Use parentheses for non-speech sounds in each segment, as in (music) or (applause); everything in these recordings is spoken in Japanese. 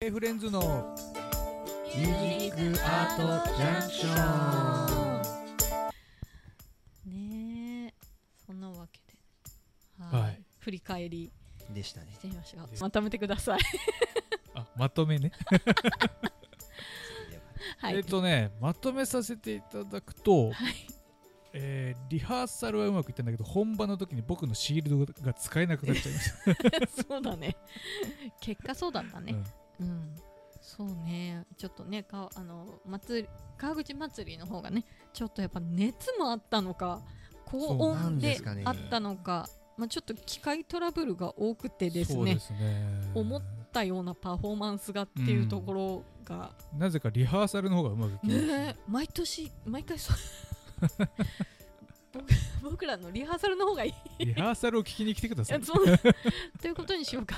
K フレンズのミュージックアートジャンクショねえそんなわけではい振り返りでしたねしてみましたがですまとめてくださいあまとめね、はい、えっ、とねまとめさせていただくと、はいえーリハーサルはうまくいったんだけど本番の時に僕のシールドが使えなくなっちゃいました、そうだね結果そうだったねうん、そうねちょっとねかあの祭り川口祭りの方がねちょっとやっぱ熱もあったのか高そうな温んでですかねあったのかまあ、ちょっと機械トラブルが多くてうんですそうねですね思ったようなパフォーマンスがっていうところが、なぜかリハーサルの方がうまくいきましたねえ毎年毎回そう僕僕らのリハーサルの方がいいリハーサルを聞きに来てくださ (laughs) やいつもということにしようか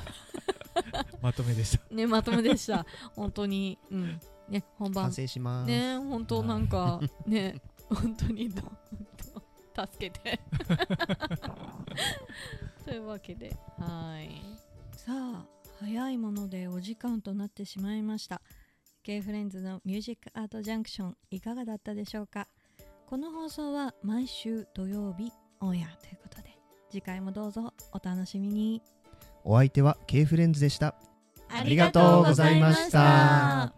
まとめでしたねまとめでした本当にうんね本番完成します、ね本当なんかね本当にどんどん助け (laughs) てというわけではいさあ早いものでお時間となってしまいました K フレンズのミュージックアートジャンクションいかがだったでしょうかこの放送は毎週土曜日オンエアということで次回もどうぞお楽しみにお相手は K フレンズでしたありがとうございました